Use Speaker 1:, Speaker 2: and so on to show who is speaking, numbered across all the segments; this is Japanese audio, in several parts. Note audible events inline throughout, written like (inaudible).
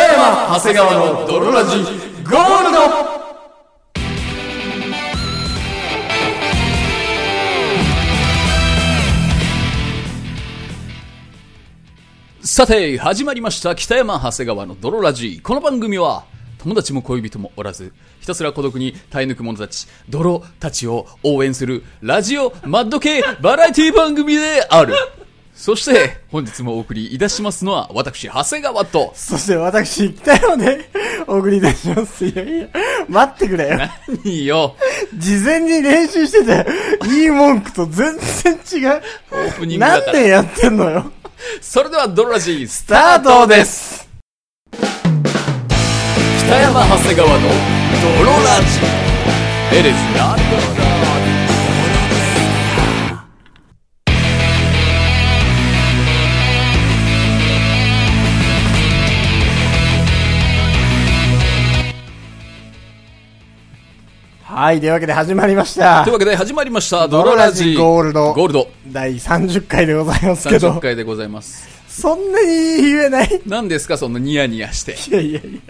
Speaker 1: 長谷川の泥ラジゴールドさて、始まりました。北山長谷川の泥ラジ。この番組は、友達も恋人もおらず、ひたすら孤独に耐え抜く者たち、泥たちを応援する、ラジオマッド系バラエティ番組である。そして、本日もお送りいたしますのは、私、長谷川と、
Speaker 2: そして私、北山で (laughs) お送りいたします。いやいや、待ってくれよ。
Speaker 1: いいよ、
Speaker 2: 事前に練習して
Speaker 1: (laughs)
Speaker 2: て、いい文句と
Speaker 1: オ
Speaker 2: 全然違う。
Speaker 1: ープニングだ
Speaker 2: 何
Speaker 1: から。
Speaker 2: 年やってんのよ。
Speaker 1: それでは、泥ラジ、ス
Speaker 2: スタートです
Speaker 1: 北山長谷川の泥ラジ。エレスな
Speaker 2: はい、というわけで始まりました
Speaker 1: という。わけで、始まりました、泥ラジ。
Speaker 2: 泥ラジゴールド
Speaker 1: ゴールド。
Speaker 2: 第30回でございますけ
Speaker 1: 30
Speaker 2: ど、
Speaker 1: 回でございます。
Speaker 2: そんなに言えない
Speaker 1: 何ですか、そのニヤニヤして。
Speaker 2: いやいやいや、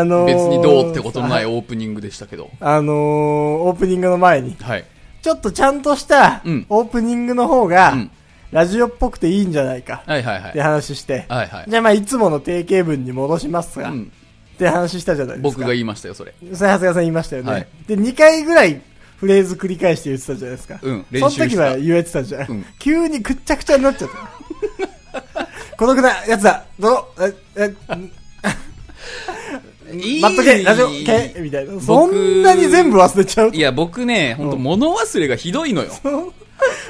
Speaker 2: あのー、
Speaker 1: 別にどうってことのない
Speaker 2: さ
Speaker 1: オープニングでしたけど。
Speaker 2: あのー、オープニングの前に、
Speaker 1: はい。
Speaker 2: ちょっとちゃんとした
Speaker 1: うん
Speaker 2: オープニングの方が、
Speaker 1: うん
Speaker 2: ラジオっぽくていいんじゃないか
Speaker 1: はいはいは
Speaker 2: って
Speaker 1: い。
Speaker 2: 話して、
Speaker 1: はいはい。
Speaker 2: じゃあまあいつもの定型文に戻しますが、
Speaker 1: う
Speaker 2: っ
Speaker 1: ん、
Speaker 2: て話したじゃないです
Speaker 1: 僕が
Speaker 2: か。
Speaker 1: 言いましたよ、それ。
Speaker 2: それ長谷川さん言いましたよね。
Speaker 1: はい
Speaker 2: で、2回ぐらいフレーズ繰り返して言ってたじゃないですか。
Speaker 1: うん練
Speaker 2: その
Speaker 1: 習した
Speaker 2: 時は言えてたじゃん。
Speaker 1: うん
Speaker 2: 急にくっちゃくちゃになっちゃった。 (laughs) 孤独なやつだどえ、え、待っとけラジオ系みたいな。そんなに全部忘れちゃう
Speaker 1: いや、僕ね、本当
Speaker 2: うん
Speaker 1: 物忘れがひどいのよ。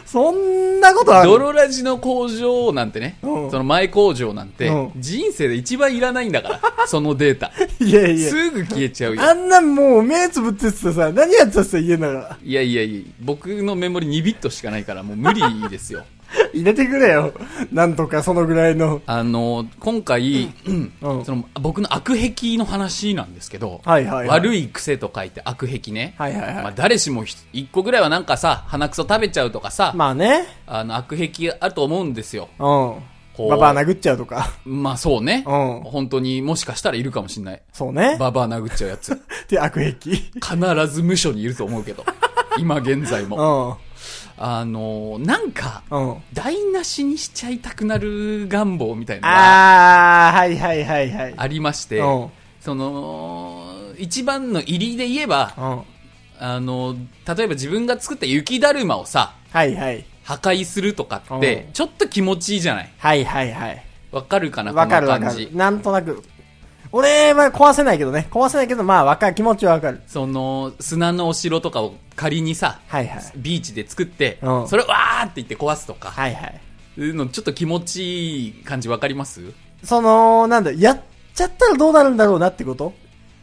Speaker 2: そんなことある
Speaker 1: 泥ラジの工場なんてね、
Speaker 2: うん
Speaker 1: その前工場なんて
Speaker 2: う、ん
Speaker 1: 人生で一番いらないんだ
Speaker 2: (laughs)
Speaker 1: から、そのデータ。
Speaker 2: いやいや。
Speaker 1: すぐ消えちゃうよ。
Speaker 2: あんなもう目つぶっててさ、何やってたっすよ、家なら。
Speaker 1: いやいやいや、僕のメモリ2ビットしかないから、もう無理ですよ。 (laughs)
Speaker 2: 入れてくれよ。なんとかそのぐらいの。
Speaker 1: あの、今回、 (clears throat)
Speaker 2: うん
Speaker 1: その僕の悪癖の話なんですけど、
Speaker 2: はいはいはい
Speaker 1: 悪い癖と書いて悪癖ね。
Speaker 2: はいはいはい
Speaker 1: まあ、誰しもひ一個ぐらいはなんかさ、鼻くそ食べちゃうとかさ、
Speaker 2: まあね。
Speaker 1: あの悪癖あると思うんですよ。
Speaker 2: う。
Speaker 1: こうん
Speaker 2: ババア殴っちゃうとか。 (laughs)
Speaker 1: まあそうね。
Speaker 2: うん
Speaker 1: 本当にもしかしたらいるかもしんない。
Speaker 2: そうね。
Speaker 1: ババア殴っちゃうやつ。
Speaker 2: って悪癖。
Speaker 1: 必ず無所にいると思う
Speaker 2: (laughs)
Speaker 1: けど。今現在
Speaker 2: う
Speaker 1: も。
Speaker 2: ん。
Speaker 1: あの、なんか、
Speaker 2: うん。
Speaker 1: 台無しにしちゃいたくなる願望みたいなのが
Speaker 2: あー、はいはいはいはい。
Speaker 1: ありまして、
Speaker 2: うん。
Speaker 1: その、一番の入りで言えば、
Speaker 2: うん。
Speaker 1: あの、例えば自分が作った雪だるまをさ、
Speaker 2: はいはい。
Speaker 1: 破壊するとかって
Speaker 2: う、ん
Speaker 1: ちょっと気持ちいいじゃない
Speaker 2: はいはいはい。
Speaker 1: わかるかなこ
Speaker 2: わ
Speaker 1: の
Speaker 2: かるわか
Speaker 1: 感
Speaker 2: る。
Speaker 1: じ。
Speaker 2: なんとなく。俺は壊せないけどね。壊せないけど、まあわかる。気持ちはわかる。
Speaker 1: その、砂のお城とかを仮にさ、
Speaker 2: はいはい。
Speaker 1: ビーチで作って、
Speaker 2: うん
Speaker 1: それをわーって言って壊すとか、
Speaker 2: はいはい。
Speaker 1: いうのちょっと気持ちいい感じわかります
Speaker 2: その、なんだ、やっちゃったらどうなるんだろうなってこと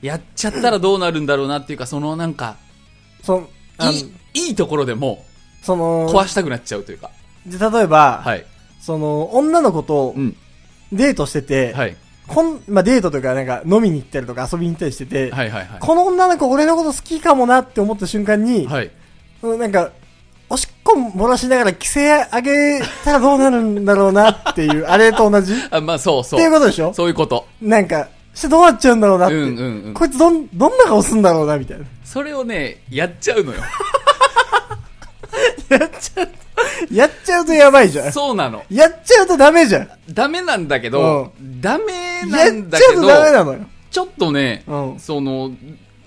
Speaker 1: やっちゃったらどうなるんだろうなっていうか、そのなんか、
Speaker 2: その、あの
Speaker 1: いい、いいところでも
Speaker 2: その、
Speaker 1: 壊したくなっちゃうというか。
Speaker 2: で、例えば、
Speaker 1: はい。
Speaker 2: その、女の子と
Speaker 1: うん。
Speaker 2: デートしてて、
Speaker 1: はい。
Speaker 2: こん、まあ、デートというか、なんか、飲みに行ったりとか遊びに行ったりしてて、
Speaker 1: はいはいは
Speaker 2: この女の子俺のこと好きかもなって思った瞬間
Speaker 1: い。
Speaker 2: に、
Speaker 1: はい。
Speaker 2: うんなんか、おしっこ漏らしながら規制上げたらどうなるんだろうなっていう、あれと同じっ
Speaker 1: あ、まあ (laughs) そう
Speaker 2: て
Speaker 1: そう。
Speaker 2: いうことでしょ
Speaker 1: そういうこと。
Speaker 2: なんか、してどうなっちゃうんだろうなって。
Speaker 1: うんうんうん
Speaker 2: こいつどん、どんな顔すんだろうなみたいな。 (laughs)
Speaker 1: それをね、やっちゃうのよ。
Speaker 2: やっちゃうと、やっちゃうとやばいじゃん。
Speaker 1: そうなの。
Speaker 2: やっちゃうとダメじゃん。
Speaker 1: ダメなんだけど、ダメな
Speaker 2: や
Speaker 1: ん
Speaker 2: っ
Speaker 1: だ
Speaker 2: ちゃ
Speaker 1: け
Speaker 2: うと
Speaker 1: ど、
Speaker 2: ダメなのよ。
Speaker 1: ちょっとね、
Speaker 2: うん
Speaker 1: その、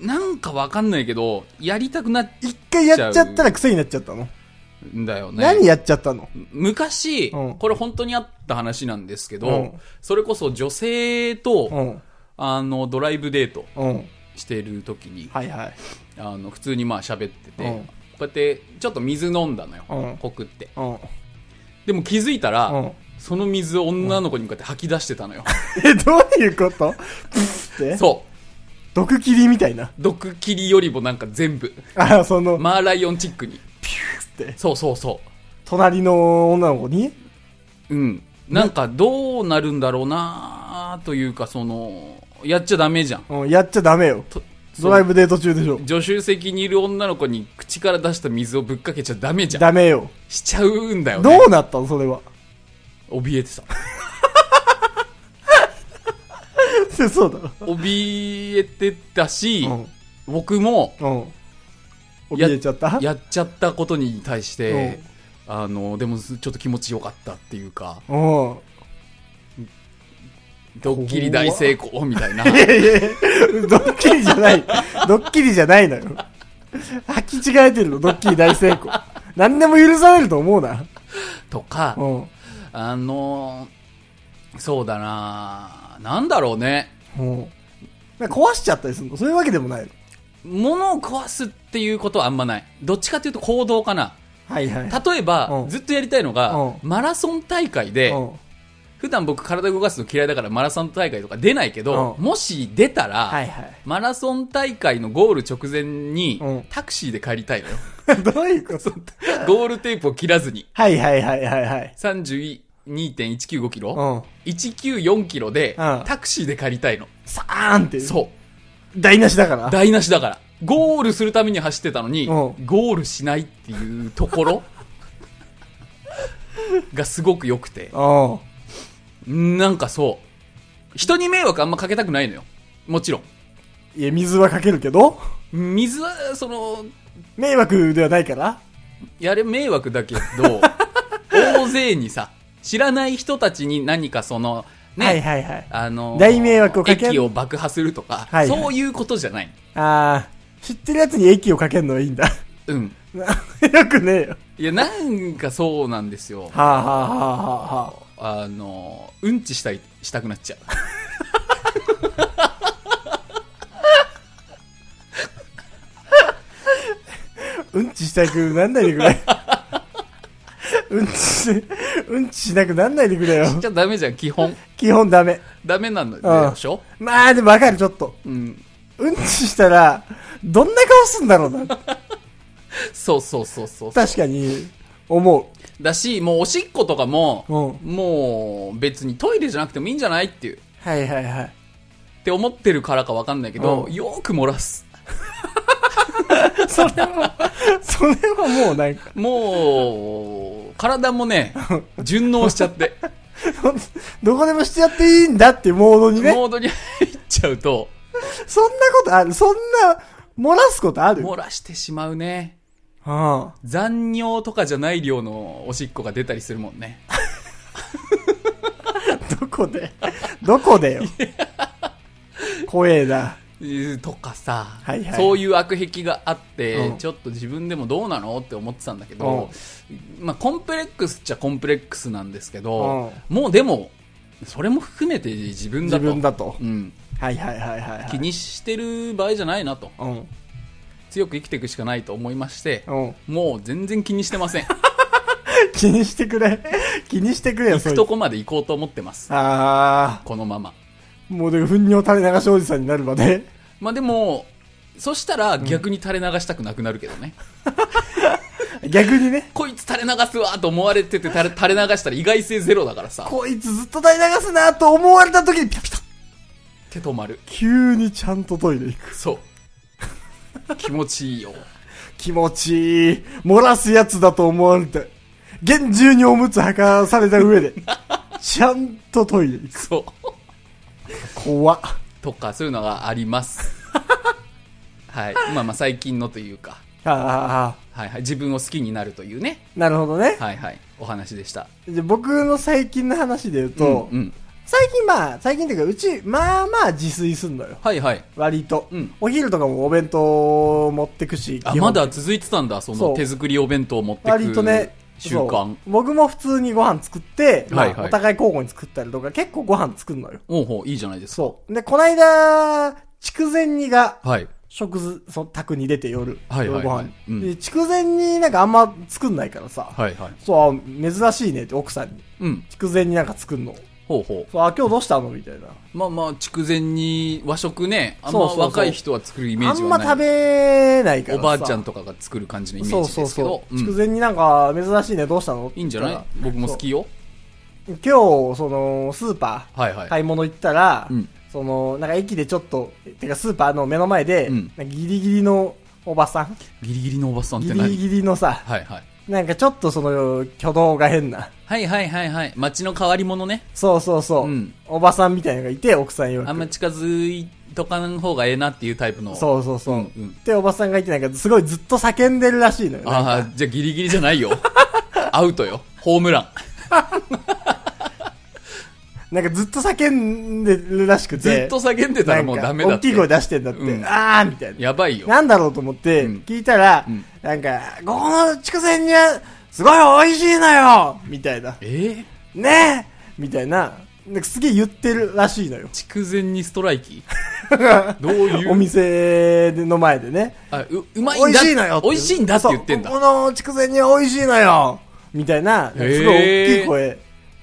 Speaker 1: なんかわかんないけど、やりたくなっ
Speaker 2: 一回やっちゃったら癖になっちゃったの。
Speaker 1: んだよね。
Speaker 2: 何やっちゃったの
Speaker 1: 昔、
Speaker 2: うん
Speaker 1: これ本当にあった話なんですけど、
Speaker 2: うん
Speaker 1: それこそ女性と、
Speaker 2: うん。
Speaker 1: あの、ドライブデート
Speaker 2: うん。
Speaker 1: してる時に、
Speaker 2: はいはい。
Speaker 1: あの、普通にまあ喋ってて、
Speaker 2: うん
Speaker 1: こうやって、ちょっと水飲んだのよ。
Speaker 2: うん
Speaker 1: コクって。
Speaker 2: うん。
Speaker 1: でも気づいたら、
Speaker 2: うん
Speaker 1: その水を女の子に向かって吐き出してたのよ。
Speaker 2: え、どういうことプスって
Speaker 1: そう。
Speaker 2: 毒切りみたいな。
Speaker 1: 毒切りよりもなんか全部。
Speaker 2: あ、その、
Speaker 1: マーライオンチックに。
Speaker 2: プスって。
Speaker 1: そうそうそ
Speaker 2: 隣の女の子に
Speaker 1: う。うん。なんかどうなるんだろうなというか、その、やっちゃダメじゃん。
Speaker 2: うん、やっちゃダメよ。
Speaker 1: と
Speaker 2: ドライブデート中でしょ。
Speaker 1: 助手席にいる女の子に口から出した水をぶっかけちゃダメじゃん。
Speaker 2: ダメよ。
Speaker 1: しちゃうんだよね。
Speaker 2: どうなったのそれは。
Speaker 1: 怯えてた。
Speaker 2: 然そうだろ。
Speaker 1: 怯えてたし、
Speaker 2: うん。
Speaker 1: 僕も
Speaker 2: うん。怯えちゃった
Speaker 1: やっちゃったことに対して、あの、でもちょっと気持ちよかったっていうか、
Speaker 2: うん。
Speaker 1: ドッキリ大成功みたいな。
Speaker 2: いやいやいやドッキリじゃない。ドッキリじゃないのよ。履き違えてるの、ドッキリ大成功。何でも許されると思うな。
Speaker 1: (laughs) とか、
Speaker 2: うん。
Speaker 1: あの、そうだななんだろうね。
Speaker 2: うん。なんか壊しちゃったりするのそういうわけでもないの。
Speaker 1: 物を壊すっていうことはあんまない。どっちかというと行動かな。
Speaker 2: はいはい。
Speaker 1: 例えば、
Speaker 2: うん
Speaker 1: ずっとやりたいのが、
Speaker 2: うん
Speaker 1: マラソン大会で、
Speaker 2: うん。
Speaker 1: 普段僕体動かすの嫌いだからマラソン大会とか出ないけど、
Speaker 2: うん
Speaker 1: もし出たら、
Speaker 2: はいはい。
Speaker 1: マラソン大会のゴール直前に、
Speaker 2: うん
Speaker 1: タクシーで帰りたいのよ。
Speaker 2: どういうこと
Speaker 1: ゴールテープを切らずに。
Speaker 2: はいはいはいはいはい。
Speaker 1: 32.195キ
Speaker 2: う
Speaker 1: ロ、
Speaker 2: ん。
Speaker 1: ?194 キロで、
Speaker 2: うん
Speaker 1: タクシーで帰りたいの。
Speaker 2: さーんっていう。
Speaker 1: そ
Speaker 2: 台無しだから
Speaker 1: う。。台無しだから。ゴールするために走ってたのに、
Speaker 2: うん
Speaker 1: ゴールしないっていうとこ
Speaker 2: (laughs)
Speaker 1: ろがすごく良くて。
Speaker 2: うん。
Speaker 1: なんかそう。人に迷惑あんまかけたくないのよ。もちろん。
Speaker 2: いや、水はかけるけど、
Speaker 1: 水は、その、
Speaker 2: 迷惑ではないから。
Speaker 1: やれ迷惑だけ
Speaker 2: (laughs)
Speaker 1: ど、大勢にさ、知らない人たちに何かその、ね、
Speaker 2: はいはいはい。
Speaker 1: あの、
Speaker 2: 大迷惑をかけ
Speaker 1: 駅を爆破するとか、
Speaker 2: はいはい
Speaker 1: そういうことじゃない。
Speaker 2: あー、知ってるやつに駅をかけるのはいいんだ。 (laughs)
Speaker 1: うん。
Speaker 2: よくねえよ。
Speaker 1: いや、なんかそうなんですよ。
Speaker 2: はあ、はあはあはあはあ、
Speaker 1: あの、うんちしたい、したくなっちゃう。
Speaker 2: (laughs) うんちしたくなんないでくれ。うんちし、うんちしなくなんないでくれよ。
Speaker 1: じゃダメじゃん、基本。
Speaker 2: 基本ダメ。
Speaker 1: ダメなんでしょ
Speaker 2: まあでもわかる、ちょっと。
Speaker 1: うん。
Speaker 2: うんちしたら、どんな顔すんだろうな。
Speaker 1: そうそうそうそう。
Speaker 2: 確かに、思
Speaker 1: だし、もうおしっことかも、
Speaker 2: う。うん。
Speaker 1: もう別にトイレじゃなくてもいいんじゃないっていう。
Speaker 2: はいはいはい。
Speaker 1: って思ってるからかわかんないけど、
Speaker 2: うん
Speaker 1: よーく漏らす。
Speaker 2: (laughs) それは、それはもうなんか、
Speaker 1: もう、体も
Speaker 2: (laughs)
Speaker 1: ね、順応しちゃって、
Speaker 2: どこでもしてやっていいんだっていうモードにね。
Speaker 1: モードに入っちゃうと、
Speaker 2: そんなことあるそんな、漏らすことある
Speaker 1: 漏らしてしまうね。
Speaker 2: うん。
Speaker 1: 残尿とかじゃない量のおしっこが出たりするもんね。
Speaker 2: どこでどこでよ。怖えな。
Speaker 1: えーとかさ、
Speaker 2: はいはい
Speaker 1: そういう悪癖があって、
Speaker 2: うん
Speaker 1: ちょっと自分でもどうなのって思ってたんだけど、まあコンプレックスっちゃコンプレックスなんですけど、もうでも、それも含めて自分だ
Speaker 2: 自
Speaker 1: と。
Speaker 2: 分だと。
Speaker 1: うん。
Speaker 2: はいはいはいはい、はい。
Speaker 1: 気にしてる場合じゃないなと。
Speaker 2: うん。
Speaker 1: 強く生きていくしかないと思いまして、
Speaker 2: うん。
Speaker 1: もう全然気にしてま
Speaker 2: (laughs)
Speaker 1: せん。
Speaker 2: 気にしてくれ。気にしてくれよ、
Speaker 1: 行
Speaker 2: そ
Speaker 1: く
Speaker 2: うい
Speaker 1: と
Speaker 2: う。
Speaker 1: こまで行こうと思ってます。
Speaker 2: あ
Speaker 1: このまま。
Speaker 2: ー。もうで、糞尿垂れ流しおじさんになるまで。
Speaker 1: まあでも、そしたら逆に垂れ流したくなくなるけどね。
Speaker 2: 逆にね。
Speaker 1: こいつ垂れ流すわと思われてて垂れ垂れ流したら意外性ゼロだからさ。
Speaker 2: こいつずっと垂れ流すなと思われた時にピタピタ。
Speaker 1: 手止まる。
Speaker 2: 急にちゃんとトイレ行く。
Speaker 1: そう。気持ちいいよ。
Speaker 2: 気持ちいい。漏らすやつだと思われて。厳重におむつ履かされた
Speaker 1: (laughs)
Speaker 2: 上で。ちゃんとトイレ行く。
Speaker 1: そう。
Speaker 2: 怖っ。
Speaker 1: とか、そういうのがあります。はい。まあまあ最近のというか、
Speaker 2: ああ、
Speaker 1: はいはい。自分を好きになるというね。
Speaker 2: なるほどね。
Speaker 1: はいはい。お話でした。
Speaker 2: じゃあ僕の最近の話で言うと、
Speaker 1: うん、うん。
Speaker 2: 最近まあ、最近っていうか、うち、まあまあ自炊すんのよ。
Speaker 1: はいはい。
Speaker 2: 割と。
Speaker 1: うん
Speaker 2: お昼とかもお弁当持ってくし、
Speaker 1: あ、
Speaker 2: 基
Speaker 1: ま
Speaker 2: 本的に
Speaker 1: だ続いてたんだ。そ
Speaker 2: そ
Speaker 1: の
Speaker 2: う
Speaker 1: 手作りお弁当を持ってく
Speaker 2: 割とね、
Speaker 1: 習
Speaker 2: そう
Speaker 1: 慣。
Speaker 2: 僕も普通にご飯作って、まあ
Speaker 1: はいはい
Speaker 2: お互い交互に作ったりとか、結構ご飯作るのよ。
Speaker 1: おうほう、いいじゃないですか。
Speaker 2: そう。で、こないだ、筑前煮が、
Speaker 1: はい。
Speaker 2: 食ず、その宅に出て夜、
Speaker 1: はいはいはい
Speaker 2: 夜ご飯、
Speaker 1: うん
Speaker 2: で筑前煮なんかあんま作んないからさ、
Speaker 1: はいはい。
Speaker 2: そう、あ珍しいねって奥さんに。
Speaker 1: うん。
Speaker 2: 筑前煮なんか作んの。
Speaker 1: ほうほ
Speaker 2: そうあ、今日どうしたのみたいな。
Speaker 1: う。まあまあ、筑前に和食ね、あんま
Speaker 2: そうそうそう
Speaker 1: 若い人は作るイメー
Speaker 2: あ
Speaker 1: ジ
Speaker 2: ん
Speaker 1: は
Speaker 2: ま
Speaker 1: ない。
Speaker 2: 食べないか
Speaker 1: お
Speaker 2: らさ。
Speaker 1: ばあちゃんとかが作る感じのイメージ
Speaker 2: そう
Speaker 1: ですけど
Speaker 2: そう。そうう。
Speaker 1: ん
Speaker 2: 筑前になんか珍しいね、どうしたのって
Speaker 1: いい
Speaker 2: 言
Speaker 1: ん
Speaker 2: っ
Speaker 1: じ
Speaker 2: た
Speaker 1: ゃ
Speaker 2: ら
Speaker 1: ない僕も好きよ。
Speaker 2: 今日、その、スーパ
Speaker 1: はいは
Speaker 2: ー、
Speaker 1: い。
Speaker 2: 買い物行ったら、
Speaker 1: うん
Speaker 2: その、なんか駅でちょっと、てかスーパーの目の前で、
Speaker 1: うん
Speaker 2: なんかギリギリのおばさん、
Speaker 1: ギリギリのおばさんっ
Speaker 2: ギ
Speaker 1: て
Speaker 2: リ
Speaker 1: 何
Speaker 2: ギリのさ、
Speaker 1: はいはい。
Speaker 2: なんかちょっとその挙動が変な。
Speaker 1: はいはいはいはい。街の変わり者ね。
Speaker 2: そうそうそう。
Speaker 1: うん
Speaker 2: おばさんみたいなのがいて、奥さんよ
Speaker 1: あんま近づいとかん方がええなっていうタイプの。う。
Speaker 2: そうそうそう。
Speaker 1: んうん
Speaker 2: で、おばさんがいて、なんかすごいずっと叫んでるらしいのよ。
Speaker 1: ああ、じゃあギリギリじゃない
Speaker 2: (laughs)
Speaker 1: よ。アウトよ。ホームラン。
Speaker 2: なんかずっと叫んでるらしくて。
Speaker 1: ずっと叫んでたらもうダメだ
Speaker 2: なんか
Speaker 1: っ
Speaker 2: 大
Speaker 1: て。
Speaker 2: きい声出してんだって。
Speaker 1: うん
Speaker 2: あーみたいな。
Speaker 1: やばいよ。
Speaker 2: なんだろうと思って、
Speaker 1: うん
Speaker 2: 聞いたら、
Speaker 1: ん
Speaker 2: なんか、ここの筑前煮は、すごい美味しいのよみたいな。
Speaker 1: ええ
Speaker 2: ねえみたいな。なんかすげえ言ってるらしいのよ。
Speaker 1: 筑前にストライ
Speaker 2: (laughs)
Speaker 1: キどういう
Speaker 2: お店の前でね。
Speaker 1: あううまい
Speaker 2: 美
Speaker 1: ん
Speaker 2: 味
Speaker 1: だ
Speaker 2: しいのよって
Speaker 1: 美味しいんだって言ってんだ
Speaker 2: そうここの筑前煮は美味しいのよみたいな、すごい大きい声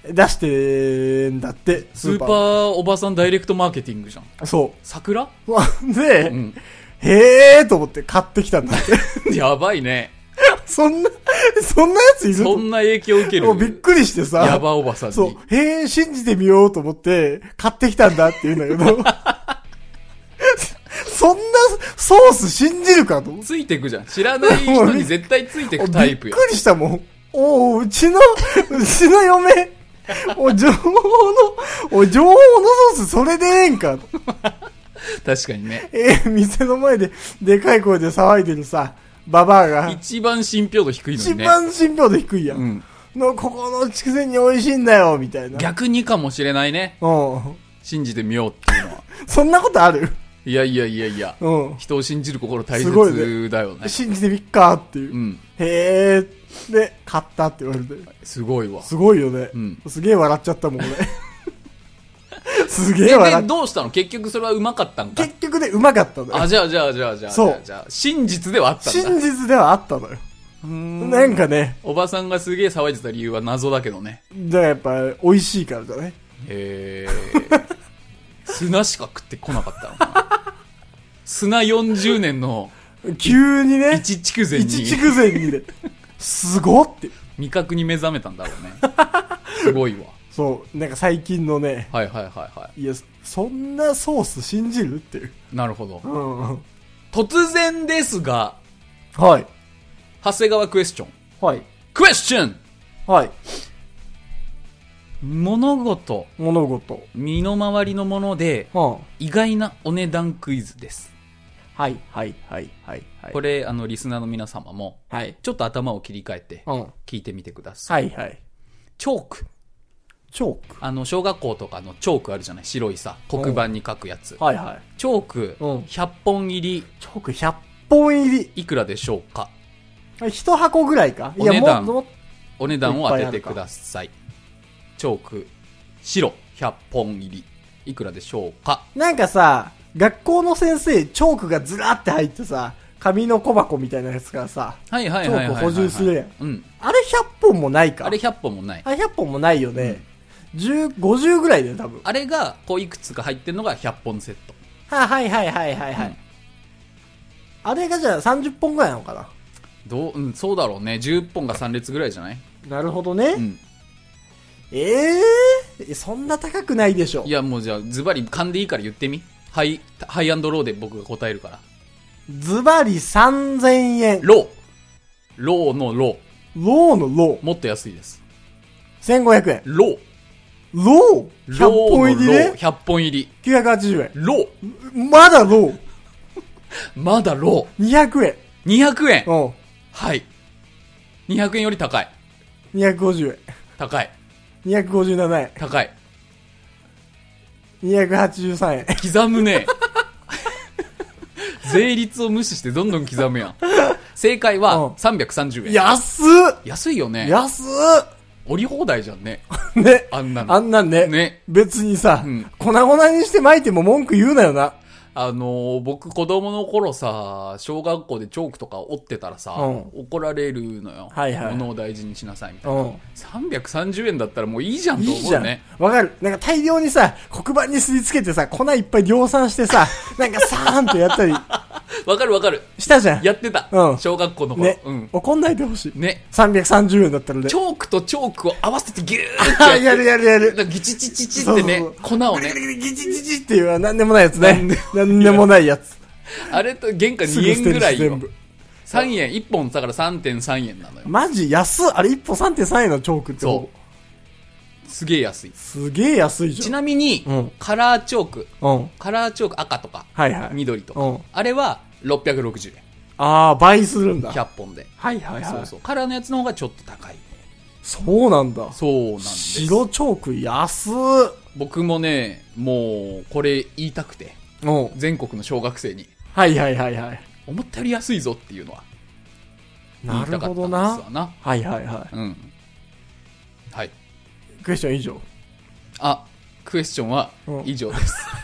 Speaker 2: 出してんだって、
Speaker 1: スーパーおばさんダイレクトマーケティングじゃん
Speaker 2: ー。そ
Speaker 1: 桜 (laughs)
Speaker 2: う。 (laughs) ほんで、
Speaker 1: うん
Speaker 2: へえーと思って買ってきたんだって。 (laughs)
Speaker 1: やばいね
Speaker 2: そんな、そんなやついると
Speaker 1: そんな影響受ける
Speaker 2: もうびっくりしてさ。
Speaker 1: やばおばさん
Speaker 2: そう
Speaker 1: に。
Speaker 2: へえ、信じてみようと思って、買ってきたんだって言うん
Speaker 1: (laughs)
Speaker 2: だけど。そんなソース信じるかと思って。
Speaker 1: ついてくじゃん知らない人に絶対ついてくタ
Speaker 2: び
Speaker 1: イ
Speaker 2: っ
Speaker 1: プ
Speaker 2: く
Speaker 1: よ
Speaker 2: りしたもん。おう、うちの、 (laughs) うちの嫁。お、女王の、お、女王のソース、それでええんかと。
Speaker 1: 確かにね
Speaker 2: ええ、店の前で、でかい声で騒いでるさ、ババアが。
Speaker 1: 一番信憑度低いの
Speaker 2: 一
Speaker 1: にね
Speaker 2: 番信憑度低いや。
Speaker 1: うんん、
Speaker 2: の、ここの筑前に美味しいんだよ、みたいな。
Speaker 1: 逆にかもしれないね
Speaker 2: うん。
Speaker 1: 信じてみようっていうのは
Speaker 2: そんなことある
Speaker 1: いやいやいやいや
Speaker 2: うん。
Speaker 1: 人を信じる心大
Speaker 2: すごい
Speaker 1: 切だよね
Speaker 2: 信じてみっかっていう。
Speaker 1: うん
Speaker 2: へえ。で、買ったって言われて。
Speaker 1: すごいわ
Speaker 2: すごいよね。
Speaker 1: うん
Speaker 2: すげえ笑っちゃったもん、
Speaker 1: (laughs)
Speaker 2: 俺。すげえ
Speaker 1: で
Speaker 2: 笑
Speaker 1: で
Speaker 2: っ
Speaker 1: どうしたの結局それはうまかったんか
Speaker 2: 結局ね、うまかったのよ。
Speaker 1: あ、じゃあじゃあじゃあじゃあ。
Speaker 2: そう
Speaker 1: じゃあじゃあ真実ではあったん
Speaker 2: 真
Speaker 1: だ。
Speaker 2: 実ではあったのよ。なんかね、
Speaker 1: おばさんがすげえ騒いでた理由は謎だけどね。
Speaker 2: だからやっぱ、美味しいからじゃね。
Speaker 1: えー、砂しか食ってこなかったのかな。砂40年の
Speaker 2: 急にね、
Speaker 1: 一筑前
Speaker 2: 一
Speaker 1: に
Speaker 2: 筑前にね、すごって。
Speaker 1: 味覚に目覚めたんだろうね。すごいわ。
Speaker 2: そう、なんか最近のね、
Speaker 1: はいはいはいはい
Speaker 2: や、そんなソース信じるっていう。
Speaker 1: い。なるほど。
Speaker 2: うん。
Speaker 1: 突然ですが、
Speaker 2: はい。
Speaker 1: 長谷川クエスチョン。
Speaker 2: はい。
Speaker 1: クエスチョン
Speaker 2: はい。
Speaker 1: 物事、
Speaker 2: 物事。
Speaker 1: 身の回りのもので、
Speaker 2: は
Speaker 1: 意外なお値段クイズです。
Speaker 2: あ、はい、はい、はい、はい、はい。
Speaker 1: これ、あの、リスナーの皆様も、
Speaker 2: はい。
Speaker 1: ちょっと頭を切り替えて
Speaker 2: うん。は
Speaker 1: 聞いてみてください。
Speaker 2: い、はい。
Speaker 1: チョーク。
Speaker 2: チョーク。
Speaker 1: あの、小学校とかのチョークあるじゃない白いさ、黒板に書くやつ。
Speaker 2: はい、はい。
Speaker 1: チョーク、
Speaker 2: うん
Speaker 1: 100本入り、
Speaker 2: チョーク100本入り。
Speaker 1: いくらでしょうか
Speaker 2: 一箱ぐらいか。い
Speaker 1: お値段
Speaker 2: もっと
Speaker 1: お値段を当ててください。チョーク、白、100本入り、いくらでしょうか
Speaker 2: なんかさ、学校の先生、チョークがずらって入ってさ、紙の小箱みたいなやつからさ、
Speaker 1: はいはいはいはいはい、はい。
Speaker 2: チョーク補充するやん
Speaker 1: うん。
Speaker 2: あれ100本もないか。
Speaker 1: あれ100本もない。
Speaker 2: あれ100本もないよね。10、50ぐらいだよ、多分。
Speaker 1: あれが、こういくつか入ってるのが100本セット。
Speaker 2: ははいはいはいはいはい。
Speaker 1: うん
Speaker 2: あれがじゃあ30本ぐらいなのかな。
Speaker 1: どう、うん、そうだろうね。10本が3列ぐらいじゃない
Speaker 2: なるほどね。
Speaker 1: うん。
Speaker 2: ええー、そんな高くないでしょ
Speaker 1: い。や、もうじゃあ、ズバリ勘でいいから言ってみ。ハイ、ハイアンドローで僕が答えるから。
Speaker 2: ズバリ3000円。
Speaker 1: ロー。ローのロ
Speaker 2: ローのロ
Speaker 1: ー。もっと安いです。
Speaker 2: ー。1500円。
Speaker 1: ロー。
Speaker 2: ロー
Speaker 1: ロ
Speaker 2: ?100 本
Speaker 1: ー
Speaker 2: 入
Speaker 1: の
Speaker 2: り
Speaker 1: ロー。
Speaker 2: で
Speaker 1: 100本入り。
Speaker 2: ?980 円。
Speaker 1: ロー。
Speaker 2: まだロー。
Speaker 1: まだロ
Speaker 2: 200円。
Speaker 1: ー。200円。
Speaker 2: うん。
Speaker 1: はい。200円より高い。
Speaker 2: 250円。
Speaker 1: 高い。
Speaker 2: 257円。
Speaker 1: 高い。
Speaker 2: 283円。
Speaker 1: 刻む
Speaker 2: (laughs)
Speaker 1: ね。税率を無視してどんどん刻むやん。正解
Speaker 2: うん
Speaker 1: は330円。
Speaker 2: 安っ
Speaker 1: 安いよね。
Speaker 2: 安
Speaker 1: 折り放題じゃんね。
Speaker 2: っね。
Speaker 1: あんなの。
Speaker 2: あんなんね。
Speaker 1: ね
Speaker 2: 別にさ、
Speaker 1: うん
Speaker 2: 粉々にして巻いても文句言うなよな。
Speaker 1: あのー僕子供の頃さ、小学校でチョークとか折ってたらさ、
Speaker 2: うん
Speaker 1: 怒られるのよ。
Speaker 2: はいはい
Speaker 1: 物を大事にしなさいみたいな。
Speaker 2: うん。
Speaker 1: 330円だったらもういいじゃんと
Speaker 2: いい
Speaker 1: 思う
Speaker 2: じゃん
Speaker 1: ね。。
Speaker 2: わかる。なんか大量にさ、黒板にすりつけてさ、粉いっぱい量産して
Speaker 1: (laughs)
Speaker 2: さ、なんかさーんとやったり (laughs)
Speaker 1: わかるわかる。
Speaker 2: したじゃん。
Speaker 1: やってた。
Speaker 2: うん
Speaker 1: 小学校の頃。
Speaker 2: ね、
Speaker 1: うん。
Speaker 2: 怒んないでほしい。
Speaker 1: ね。
Speaker 2: 330円だったらね
Speaker 1: チ。ョークとチョークを合わせてギューって
Speaker 2: あ
Speaker 1: やって
Speaker 2: やるやるやる。
Speaker 1: なんかギチチチチってね、
Speaker 2: そう
Speaker 1: 粉を
Speaker 2: ギ
Speaker 1: ね、
Speaker 2: リギリギチギチっていう、なんでもないやつね。なんでもないやつ。
Speaker 1: あれと原価2
Speaker 2: すぐ捨
Speaker 1: 円
Speaker 2: て
Speaker 1: ぐ
Speaker 2: る
Speaker 1: ら
Speaker 2: し、
Speaker 1: いよ
Speaker 2: 全。部。
Speaker 1: 3円、1本だから3.3円なのよ。
Speaker 2: マジ安っあれ1本3.3円のチョークって
Speaker 1: そう。すげえ安い。
Speaker 2: すげえ安い
Speaker 1: ち
Speaker 2: じゃん。
Speaker 1: なみに、
Speaker 2: うん
Speaker 1: カラーチョーク、
Speaker 2: うん。
Speaker 1: カラーチョーク赤とか、
Speaker 2: はいはい。
Speaker 1: 緑とか、
Speaker 2: うん
Speaker 1: あれは660円。
Speaker 2: ああ、倍するんだ。
Speaker 1: 100本で。
Speaker 2: はいはいはい。
Speaker 1: そうそう。カラーのやつの方がちょっと高い。
Speaker 2: そうなんだ。
Speaker 1: そうなんです。
Speaker 2: 白チョーク安っ。
Speaker 1: 僕もね、もう、これ言いたくて、
Speaker 2: うん。
Speaker 1: 全国の小学生に、
Speaker 2: はいはいはいはい。
Speaker 1: 思ったより安いぞっていうのは、言
Speaker 2: ない
Speaker 1: た
Speaker 2: る
Speaker 1: かった
Speaker 2: ほ
Speaker 1: んです
Speaker 2: ど
Speaker 1: わ
Speaker 2: な。
Speaker 1: な。
Speaker 2: はいはいは
Speaker 1: うん。はい。
Speaker 2: い。クエスチョン以上。
Speaker 1: あ、クエスチョンは
Speaker 2: うん
Speaker 1: 以上です。 (laughs)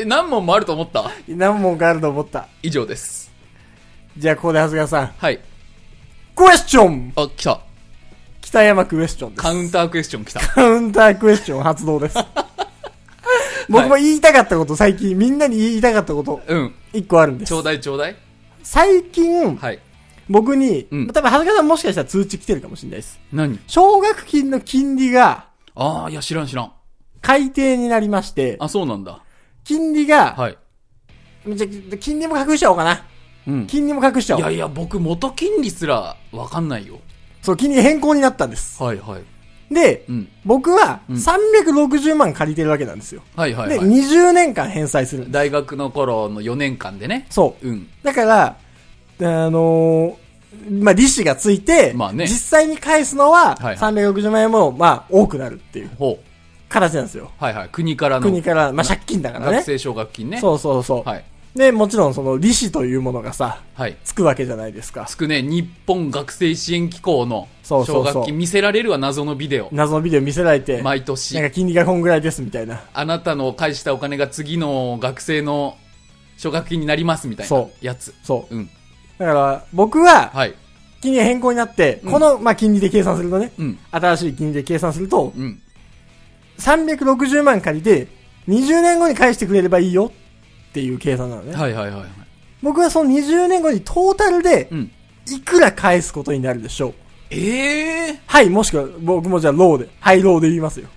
Speaker 1: え、何問もあると思った
Speaker 2: 何問かあると思った。
Speaker 1: 以上です。
Speaker 2: じゃあここで長谷川さん。
Speaker 1: はい。
Speaker 2: クエスチョン
Speaker 1: あ、来た。
Speaker 2: 北山クエスチョンです。
Speaker 1: カウンタークエスチョン来た。
Speaker 2: カウンタークエスチョン発動です。
Speaker 1: (laughs)
Speaker 2: 僕も言いたかったこと、最近みんなに言いたかったこと、
Speaker 1: うん。
Speaker 2: 一個あるんで
Speaker 1: ち
Speaker 2: す
Speaker 1: ょ。うだいちょうだい。
Speaker 2: 最近、
Speaker 1: はい。
Speaker 2: 僕に、
Speaker 1: うん
Speaker 2: 多分、長谷川さんもしかしたら通知来てるかもしれないです。
Speaker 1: 何
Speaker 2: 奨学金の金利が
Speaker 1: ああ、いや、知らん知らん。
Speaker 2: 改定になりまして、
Speaker 1: あ、そうなんだ。
Speaker 2: 金利が、
Speaker 1: はい。
Speaker 2: じゃ金利も隠しちゃおうかな。
Speaker 1: うん。
Speaker 2: 金利も隠しちゃお。
Speaker 1: いうやいや、僕、元金利すらわかんないよ。
Speaker 2: そう、金利変更になったんです。
Speaker 1: はいはい。
Speaker 2: で、
Speaker 1: うん。
Speaker 2: 僕は
Speaker 1: うん
Speaker 2: 360万借りてるわけなんですよ。
Speaker 1: はいはい
Speaker 2: で、
Speaker 1: はい。
Speaker 2: 20年間返済するんです。
Speaker 1: 大学の頃の4年間でね。
Speaker 2: そう。
Speaker 1: うん。
Speaker 2: だから、あのーまあ、利子がついて、
Speaker 1: まあね
Speaker 2: 実際に返すのは、
Speaker 1: はいはい
Speaker 2: 360万円も、まあ、多くなるっていう
Speaker 1: ほう。
Speaker 2: 形なんですよ。
Speaker 1: はいはい。国からの
Speaker 2: 国から、まあ、借金だからね
Speaker 1: 学。生奨学金ね。
Speaker 2: そうそうそう。
Speaker 1: はい。
Speaker 2: で、もちろん、その、利子というものがさ、
Speaker 1: はい。
Speaker 2: つくわけじゃないですか
Speaker 1: つ。くね、日本学生支援機構の
Speaker 2: そうそ
Speaker 1: 奨
Speaker 2: うそう
Speaker 1: 学金見せられるは謎のビデオ。
Speaker 2: 謎のビデオ見せられて、
Speaker 1: 毎
Speaker 2: なん
Speaker 1: 年
Speaker 2: か、、金利がこんぐらいです、みたいな。
Speaker 1: あなたの返したお金が次の学生の奨学金になりますみたいな
Speaker 2: そ
Speaker 1: やつ。
Speaker 2: そう。
Speaker 1: うん。
Speaker 2: だから、僕は、
Speaker 1: はい。
Speaker 2: 金利が変更になって、
Speaker 1: うん
Speaker 2: この、まあ、金利で計算するとね、
Speaker 1: うん。
Speaker 2: 新しい金利で計算すると、
Speaker 1: うん。
Speaker 2: 360万借りて、20年後に返してくれればいいよっていう計算なのね。
Speaker 1: はいはいはいはい。
Speaker 2: 僕はその20年後にトータルで
Speaker 1: う、ん。
Speaker 2: いくら返すことになるでしょう。
Speaker 1: ええ
Speaker 2: はい、もしくは僕もじゃあローで、はい、ローで言いますよ。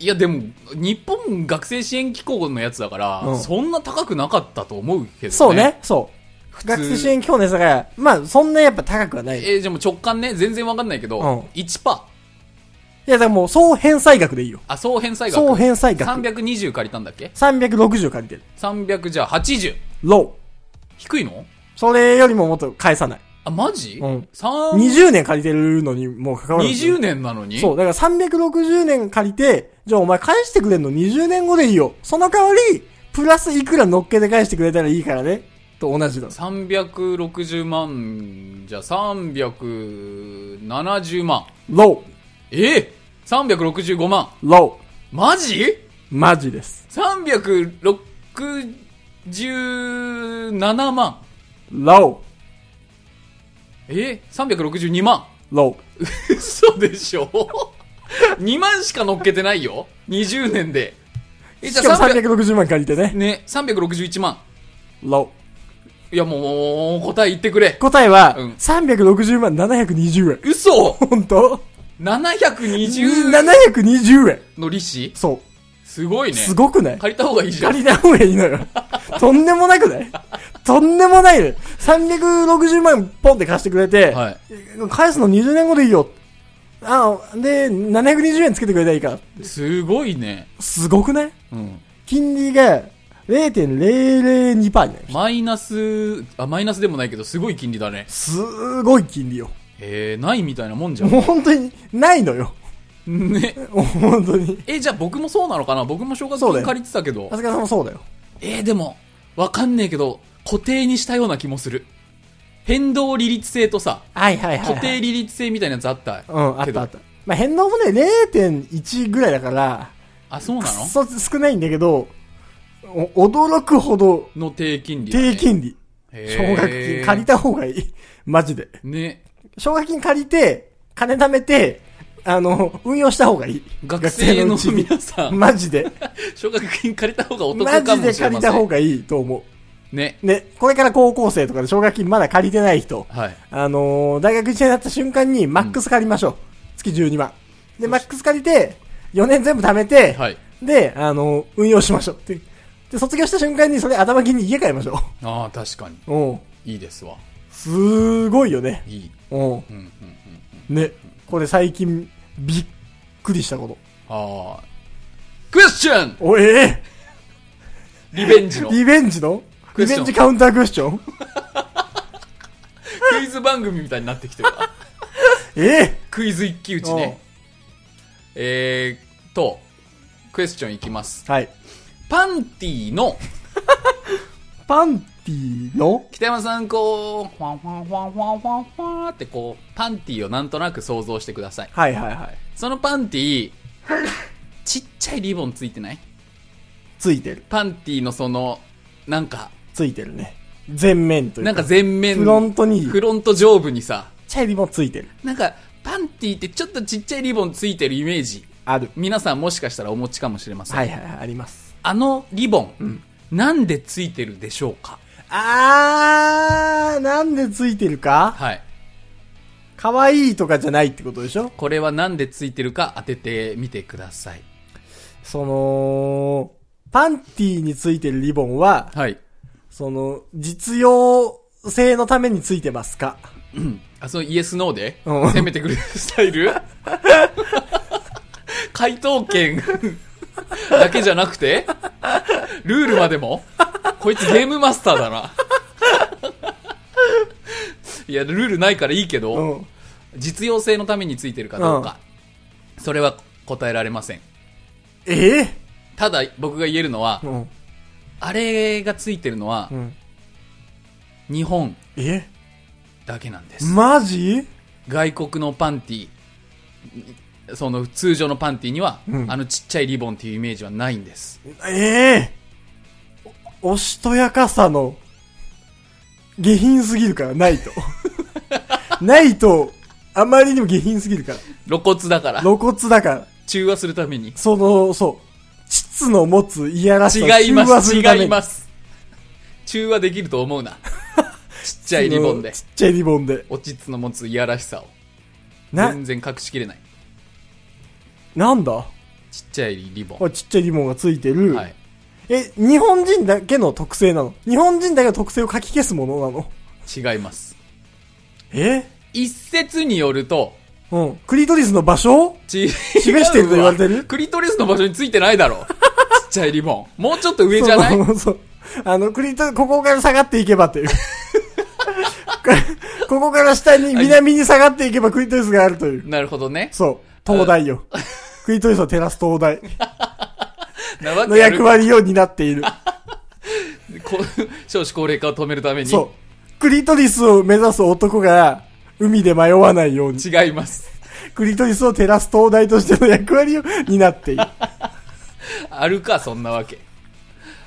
Speaker 1: いやでも、日本学生支援機構のやつだから、
Speaker 2: うん
Speaker 1: そんな高くなかったと思うけどね。
Speaker 2: そうね、そう。
Speaker 1: 通
Speaker 2: 学生支援機構ですから、まあそんなやっぱ高くはない。い
Speaker 1: えー、でも直感ね、全然わかんないけど、
Speaker 2: うん
Speaker 1: 1%。
Speaker 2: や、だからもう総返済額でいいよ。
Speaker 1: あ、総返済額。
Speaker 2: 総返済額。
Speaker 1: 320借りたんだっけ
Speaker 2: 360借りてる。
Speaker 1: ?300 じゃあ80。
Speaker 2: ロ
Speaker 1: 低いの
Speaker 2: ー。それよりももっと返さない。
Speaker 1: あ、マジ
Speaker 2: うん
Speaker 1: 三
Speaker 2: 20年借りてるのにもう関わらず。
Speaker 1: 20年なのに
Speaker 2: そう、だから360年借りて、じゃあお前返してくれんの20年後でいいよ。その代わり、プラスいくら乗っけて返してくれたらいいからね。と同じだ。
Speaker 1: 360万じゃ370万
Speaker 2: ロ
Speaker 1: ええ365万
Speaker 2: ー、ロ
Speaker 1: マジ
Speaker 2: ー、マジです。
Speaker 1: ?367 万
Speaker 2: ロ
Speaker 1: え三362万
Speaker 2: ー、ロ
Speaker 1: 嘘でし (laughs) ょ2万しか乗っけてないよ20年でえ
Speaker 2: ー。
Speaker 1: じ
Speaker 2: し
Speaker 1: ゃ
Speaker 2: かも
Speaker 1: あ300
Speaker 2: 360万借りてね。
Speaker 1: ね361万
Speaker 2: ロ
Speaker 1: いやもう答え言ってくれ
Speaker 2: ー。答えは、
Speaker 1: うん
Speaker 2: 360万720円。
Speaker 1: 嘘
Speaker 2: ほんと
Speaker 1: ?720
Speaker 2: ?720 円。
Speaker 1: の利子
Speaker 2: そ。
Speaker 1: すごいうね。
Speaker 2: すごくない
Speaker 1: 借りた方がいいじゃ
Speaker 2: 借
Speaker 1: ん。
Speaker 2: りた方がいいのよ。とんでもなくないとんでもないね。360万ポンって貸してくれて、
Speaker 1: はい。
Speaker 2: 返すの20年後でいいよ。あで、720円つけてくれたらいいから。
Speaker 1: すごいね。
Speaker 2: すごくない
Speaker 1: うん。
Speaker 2: 金利が0.002%になる。
Speaker 1: マイナス、あ、マイナスでもないけど、すごい金利だね。
Speaker 2: すごい金利よ。
Speaker 1: えー、ないみたいなもんじゃ
Speaker 2: もう本当に、ないのよ。
Speaker 1: ん。ね。
Speaker 2: 本当に。
Speaker 1: え、じゃあ僕もそうなのかな僕も奨学
Speaker 2: そうだ
Speaker 1: 金
Speaker 2: よ
Speaker 1: 借りてたけど
Speaker 2: 長。谷川さんもそうだよ。
Speaker 1: えー、でも、わかんねえけど、固定にしたような気もする。変動利率制とさ、
Speaker 2: はいはいはい、
Speaker 1: 固定利率制みたいなやつあった。
Speaker 2: うん、あっ
Speaker 1: けど
Speaker 2: たあった。まあ、変動もね、0.1ぐらいだから、
Speaker 1: あ、そう
Speaker 2: く
Speaker 1: な
Speaker 2: っ
Speaker 1: の
Speaker 2: そ少ないんだけど、お驚くほど、
Speaker 1: の低金利だね、
Speaker 2: 低金利。奨
Speaker 1: へー
Speaker 2: 学金借りた方がいい。マジで。
Speaker 1: ね。 (laughs)
Speaker 2: 奨学金借りて、金貯めて、あの、運用した方がいい。
Speaker 1: 学生の
Speaker 2: 学生のうち
Speaker 1: 皆さ
Speaker 2: に。
Speaker 1: ん、
Speaker 2: マジで。
Speaker 1: 奨学金借りた方がお得
Speaker 2: マ
Speaker 1: か
Speaker 2: ジ
Speaker 1: も
Speaker 2: で
Speaker 1: しれ
Speaker 2: 借
Speaker 1: ま
Speaker 2: り
Speaker 1: せ
Speaker 2: た方
Speaker 1: ん。
Speaker 2: がいいと思
Speaker 1: ね。
Speaker 2: う。ね、これから高校生とかで奨学金まだ借りてない人。
Speaker 1: はい。
Speaker 2: あのー大学1年になった瞬間にマックス借りましょう。月12万。で、マックス借りて、4年全部貯めて、
Speaker 1: はい。
Speaker 2: で、あのー運用しましょうっていう。で、卒業した瞬間にそれ頭金に家買いましょ
Speaker 1: ああ、確かに。
Speaker 2: う。 (laughs) うん。
Speaker 1: いいですわ。
Speaker 2: すーごいよね。
Speaker 1: いい。
Speaker 2: うん。
Speaker 1: うん、うん、うん。
Speaker 2: ね。これ最近、びっくりしたこ
Speaker 1: あ
Speaker 2: と。
Speaker 1: あ。クエスチョン
Speaker 2: お、え
Speaker 1: リベンジ
Speaker 2: え
Speaker 1: のク
Speaker 2: リベンジの
Speaker 1: クエ
Speaker 2: リ
Speaker 1: スチ
Speaker 2: ベ
Speaker 1: ョン
Speaker 2: ンジカウンタークエスチョン (laughs)
Speaker 1: イズ番組みたいになってきてるわ。
Speaker 2: ええ
Speaker 1: クイズ一騎打ちね。えーっと、クエスチョンいきます。
Speaker 2: はい。
Speaker 1: パンティ
Speaker 2: (laughs)
Speaker 1: の、
Speaker 2: パンティの
Speaker 1: 北山さんこう、ファンファンファンファンファンファンってこう、パンティをなんとなく想像してください。
Speaker 2: はいはいはい。
Speaker 1: そのパンテ
Speaker 2: (laughs)
Speaker 1: ィ、ちっちゃいリボンついてない
Speaker 2: ついてる。
Speaker 1: パンティのその、なんか、
Speaker 2: ついてるね。全面という
Speaker 1: な
Speaker 2: か。
Speaker 1: んか全面、
Speaker 2: フロントに
Speaker 1: フロント上部にさ、
Speaker 2: ちっちゃいリボンついてる。
Speaker 1: なんか、パンティってちょっとちっちゃいリボンついてるイメージ、
Speaker 2: ある。
Speaker 1: 皆さんもしかしたらお持ちかもしれません。
Speaker 2: はいはいはい、あります。
Speaker 1: あのリボン、なんでついてるでしょうか
Speaker 2: あー、なんでついてるか
Speaker 1: はい。
Speaker 2: 可愛いとかじゃないってことでしょ
Speaker 1: これはなんでついてるか当ててみてください。
Speaker 2: その、パンティについてるリボンは、
Speaker 1: はい。
Speaker 2: その、実用性のためについてますか
Speaker 1: あ、そのイエスノーで
Speaker 2: うん
Speaker 1: 攻めてくるスタイ (laughs) ル回答権だけじゃなくてルールまでもこいつゲームマスターだ (laughs) な。いや、ルールないからいいけ
Speaker 2: う
Speaker 1: ど、
Speaker 2: ん。
Speaker 1: 実用性のためについてるかどうか、それは答えられません。
Speaker 2: ええ
Speaker 1: ただ僕が言えるのは、
Speaker 2: うん。
Speaker 1: あれがついてるのは
Speaker 2: うん。
Speaker 1: 日本
Speaker 2: え
Speaker 1: だけなんです。
Speaker 2: マジ
Speaker 1: 外国のパンティその通常のパンティには、
Speaker 2: うん
Speaker 1: あのちっちゃいリボンっていうイメージはないんです
Speaker 2: ええおおしとやかさの、下品すぎるから、ない
Speaker 1: (laughs)
Speaker 2: と。ないと、あまりにも下品すぎるから。
Speaker 1: 露骨だから
Speaker 2: 露骨だから。
Speaker 1: 中和するために
Speaker 2: その、そう。膣の持ついやらしさを
Speaker 1: 違い
Speaker 2: 中
Speaker 1: ま
Speaker 2: 和
Speaker 1: す
Speaker 2: るために
Speaker 1: 違います中和できると
Speaker 2: (laughs)
Speaker 1: 思うなちっちゃいリボンで
Speaker 2: そのちっちゃいリボンで。
Speaker 1: おちつの持ついやらしさを
Speaker 2: な、
Speaker 1: 全然隠しきれない
Speaker 2: なんだ
Speaker 1: ちっちゃいリボ
Speaker 2: これちっちゃいリボンがついてる。
Speaker 1: ンはい
Speaker 2: え、日本人だけの特性なの日本人だけの特性を書き消すものなの
Speaker 1: 違います
Speaker 2: え
Speaker 1: 一説によると
Speaker 2: うん。クリトリスの場所
Speaker 1: ち
Speaker 2: 示してると言われてる
Speaker 1: (laughs) クリトリスの場所についてないだろ (laughs) ちっちゃいリボンもうちょっと上じゃない
Speaker 2: そのそう。あの、クリトリ、ここから下がっていけばという。 (laughs) ここから下に、南に下がっていけばクリトリスがあるという。
Speaker 1: なるほどね
Speaker 2: そう。灯
Speaker 1: (laughs)
Speaker 2: 台よ。クリトリスを照らす灯台
Speaker 1: なわ
Speaker 2: (laughs) の
Speaker 1: けある
Speaker 2: 役割を担っている。
Speaker 1: こ (laughs) 少子高齢化を止めるために
Speaker 2: そう。クリトリスを目指す男が、海で迷わないように、
Speaker 1: 違います
Speaker 2: クリトリスを照らす灯台としての役割を担っ
Speaker 1: (laughs)
Speaker 2: ている。
Speaker 1: あるかそんなわけ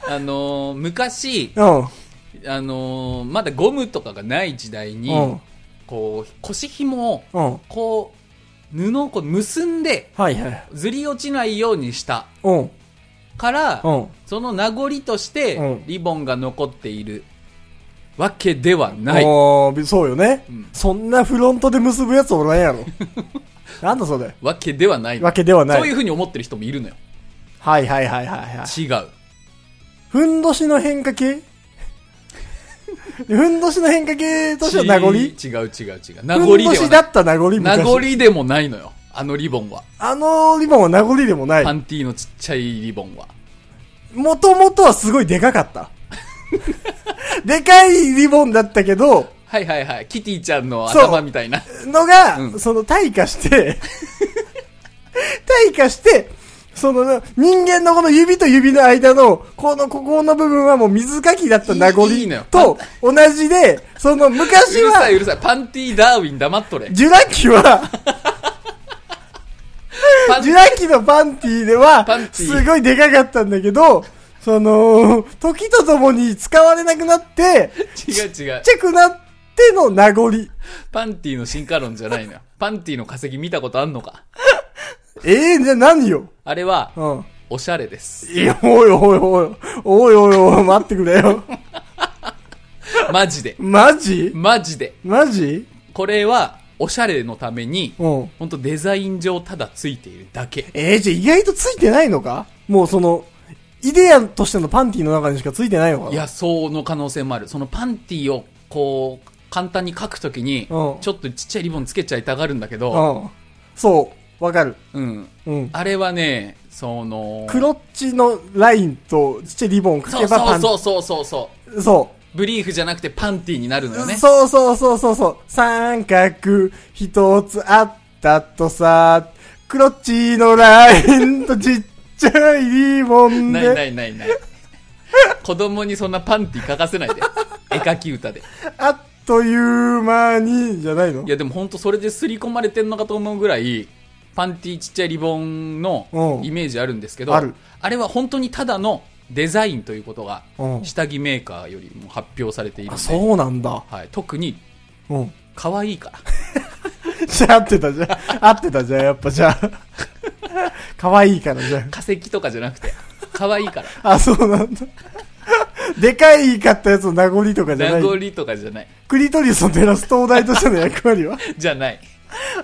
Speaker 1: あのー昔、
Speaker 2: うん。
Speaker 1: あのーまだゴムとかがない時代に、
Speaker 2: うん。
Speaker 1: こう腰紐を
Speaker 2: うん。
Speaker 1: こう布をこう結んで
Speaker 2: はいはい。
Speaker 1: ずり落ちないようにした
Speaker 2: うん。
Speaker 1: から、
Speaker 2: うん。
Speaker 1: その名残として、
Speaker 2: うん
Speaker 1: リボンが残っているわけではない
Speaker 2: おーびそうよね、
Speaker 1: うん
Speaker 2: そんなフロントで結ぶやつおらん
Speaker 1: (laughs)
Speaker 2: やろ。なんだそれ。
Speaker 1: わけではない
Speaker 2: わけではない。
Speaker 1: そういうふうに思ってる人もいるのよ
Speaker 2: はいはいはいはいはい。
Speaker 1: 違う
Speaker 2: ふんどしの変
Speaker 1: (laughs)
Speaker 2: 化系ふんどしの変化系としては名残
Speaker 1: 違う違う違う名残
Speaker 2: ふ
Speaker 1: で
Speaker 2: んど
Speaker 1: は
Speaker 2: し
Speaker 1: ない
Speaker 2: だった名残昔
Speaker 1: 名残でもないのよ。あのリボンは。
Speaker 2: あのリボンは名残でもない
Speaker 1: パ。ンティーのちっちゃいリボンは。
Speaker 2: もともとはすごいでか
Speaker 1: (laughs)
Speaker 2: かった。でかいリボンだったけど、
Speaker 1: はいはいはい。キティちゃんの
Speaker 2: そう
Speaker 1: 頭みたいな。
Speaker 2: のが、
Speaker 1: うん
Speaker 2: その退化して、 (laughs) 退化して、その人間のこの指と指の間の、この、ここの部分はもう水かきだった名残
Speaker 1: いいいいのよ
Speaker 2: と同じで、その
Speaker 1: う
Speaker 2: 昔
Speaker 1: るさい
Speaker 2: は、
Speaker 1: うるさい。パンティーダーウィン黙っとれ。
Speaker 2: ジュラ紀は、
Speaker 1: パン
Speaker 2: ジュラ紀のパンティでは
Speaker 1: パンテ、ィ
Speaker 2: すごいでかかったんだけど、その、時とともに使われなくなって、
Speaker 1: 違う違う。
Speaker 2: ちっちゃくなっての名残。
Speaker 1: パンティーの進化論じゃないのよ。パンティーの化石見たことあんのか。
Speaker 2: ええじゃあ何よ。
Speaker 1: あれは、
Speaker 2: うん。
Speaker 1: おしゃれです。
Speaker 2: いや、おいおいおい、おいおいおい、待ってくれよ。
Speaker 1: マジで。
Speaker 2: マジ
Speaker 1: マジで。
Speaker 2: マジ
Speaker 1: これは、おしゃれのために、
Speaker 2: うん。
Speaker 1: ほんとデザイン上ただついているだけ。
Speaker 2: えー、じゃあ意外とついてないのかもうその、イデアンとしてのパンティの中にしかついてないのかない
Speaker 1: や、その可能性もある。そのパンティを、こう、簡単に書くときに、ち
Speaker 2: う
Speaker 1: ょ
Speaker 2: ん
Speaker 1: っとちっちゃいリボンつけちゃいたがるんだけど、
Speaker 2: うん。そう、わかる。
Speaker 1: うん。
Speaker 2: うん。
Speaker 1: あれはね、その、
Speaker 2: クロッチのラインとちっちゃいリボンをか
Speaker 1: そ
Speaker 2: け
Speaker 1: う
Speaker 2: ば
Speaker 1: そ
Speaker 2: パン
Speaker 1: う
Speaker 2: テ
Speaker 1: そ
Speaker 2: ィ
Speaker 1: うそうそうそ。
Speaker 2: そう
Speaker 1: ブリーフじゃなくてパンティになるのよ
Speaker 2: う。
Speaker 1: ね。
Speaker 2: そうそうそうそうそう。三角一つあったとさ、クロッチのラインとちっちゃいリボン
Speaker 1: ないな
Speaker 2: で
Speaker 1: いないない。子供にそんなパンティ書かせないで。絵描き歌で。
Speaker 2: あっという間に、じゃないの
Speaker 1: いやでも本当それで刷り込まれてんのかと思うぐらい、パンティちっちゃいリボンの
Speaker 2: うん
Speaker 1: イメージあるんですけど、
Speaker 2: ある
Speaker 1: あれは本当にただのデザインということが
Speaker 2: うん
Speaker 1: 下着メーカーよりも発表されている
Speaker 2: あ、
Speaker 1: ので
Speaker 2: そうなんだ。
Speaker 1: はい、特に
Speaker 2: うん。
Speaker 1: 可愛いから。
Speaker 2: じゃあ合ってたじゃん。合ってたじゃん、やっぱじゃあ。可愛いからじゃん。
Speaker 1: 化石とかじゃな
Speaker 2: (laughs)
Speaker 1: くて、可愛いから。
Speaker 2: あ、そうなんだ。でかいかったやつの名残とかじゃな
Speaker 1: 名
Speaker 2: い。
Speaker 1: 残とかじゃない。
Speaker 2: クリトリスを照らす灯台としての役割は
Speaker 1: じゃない。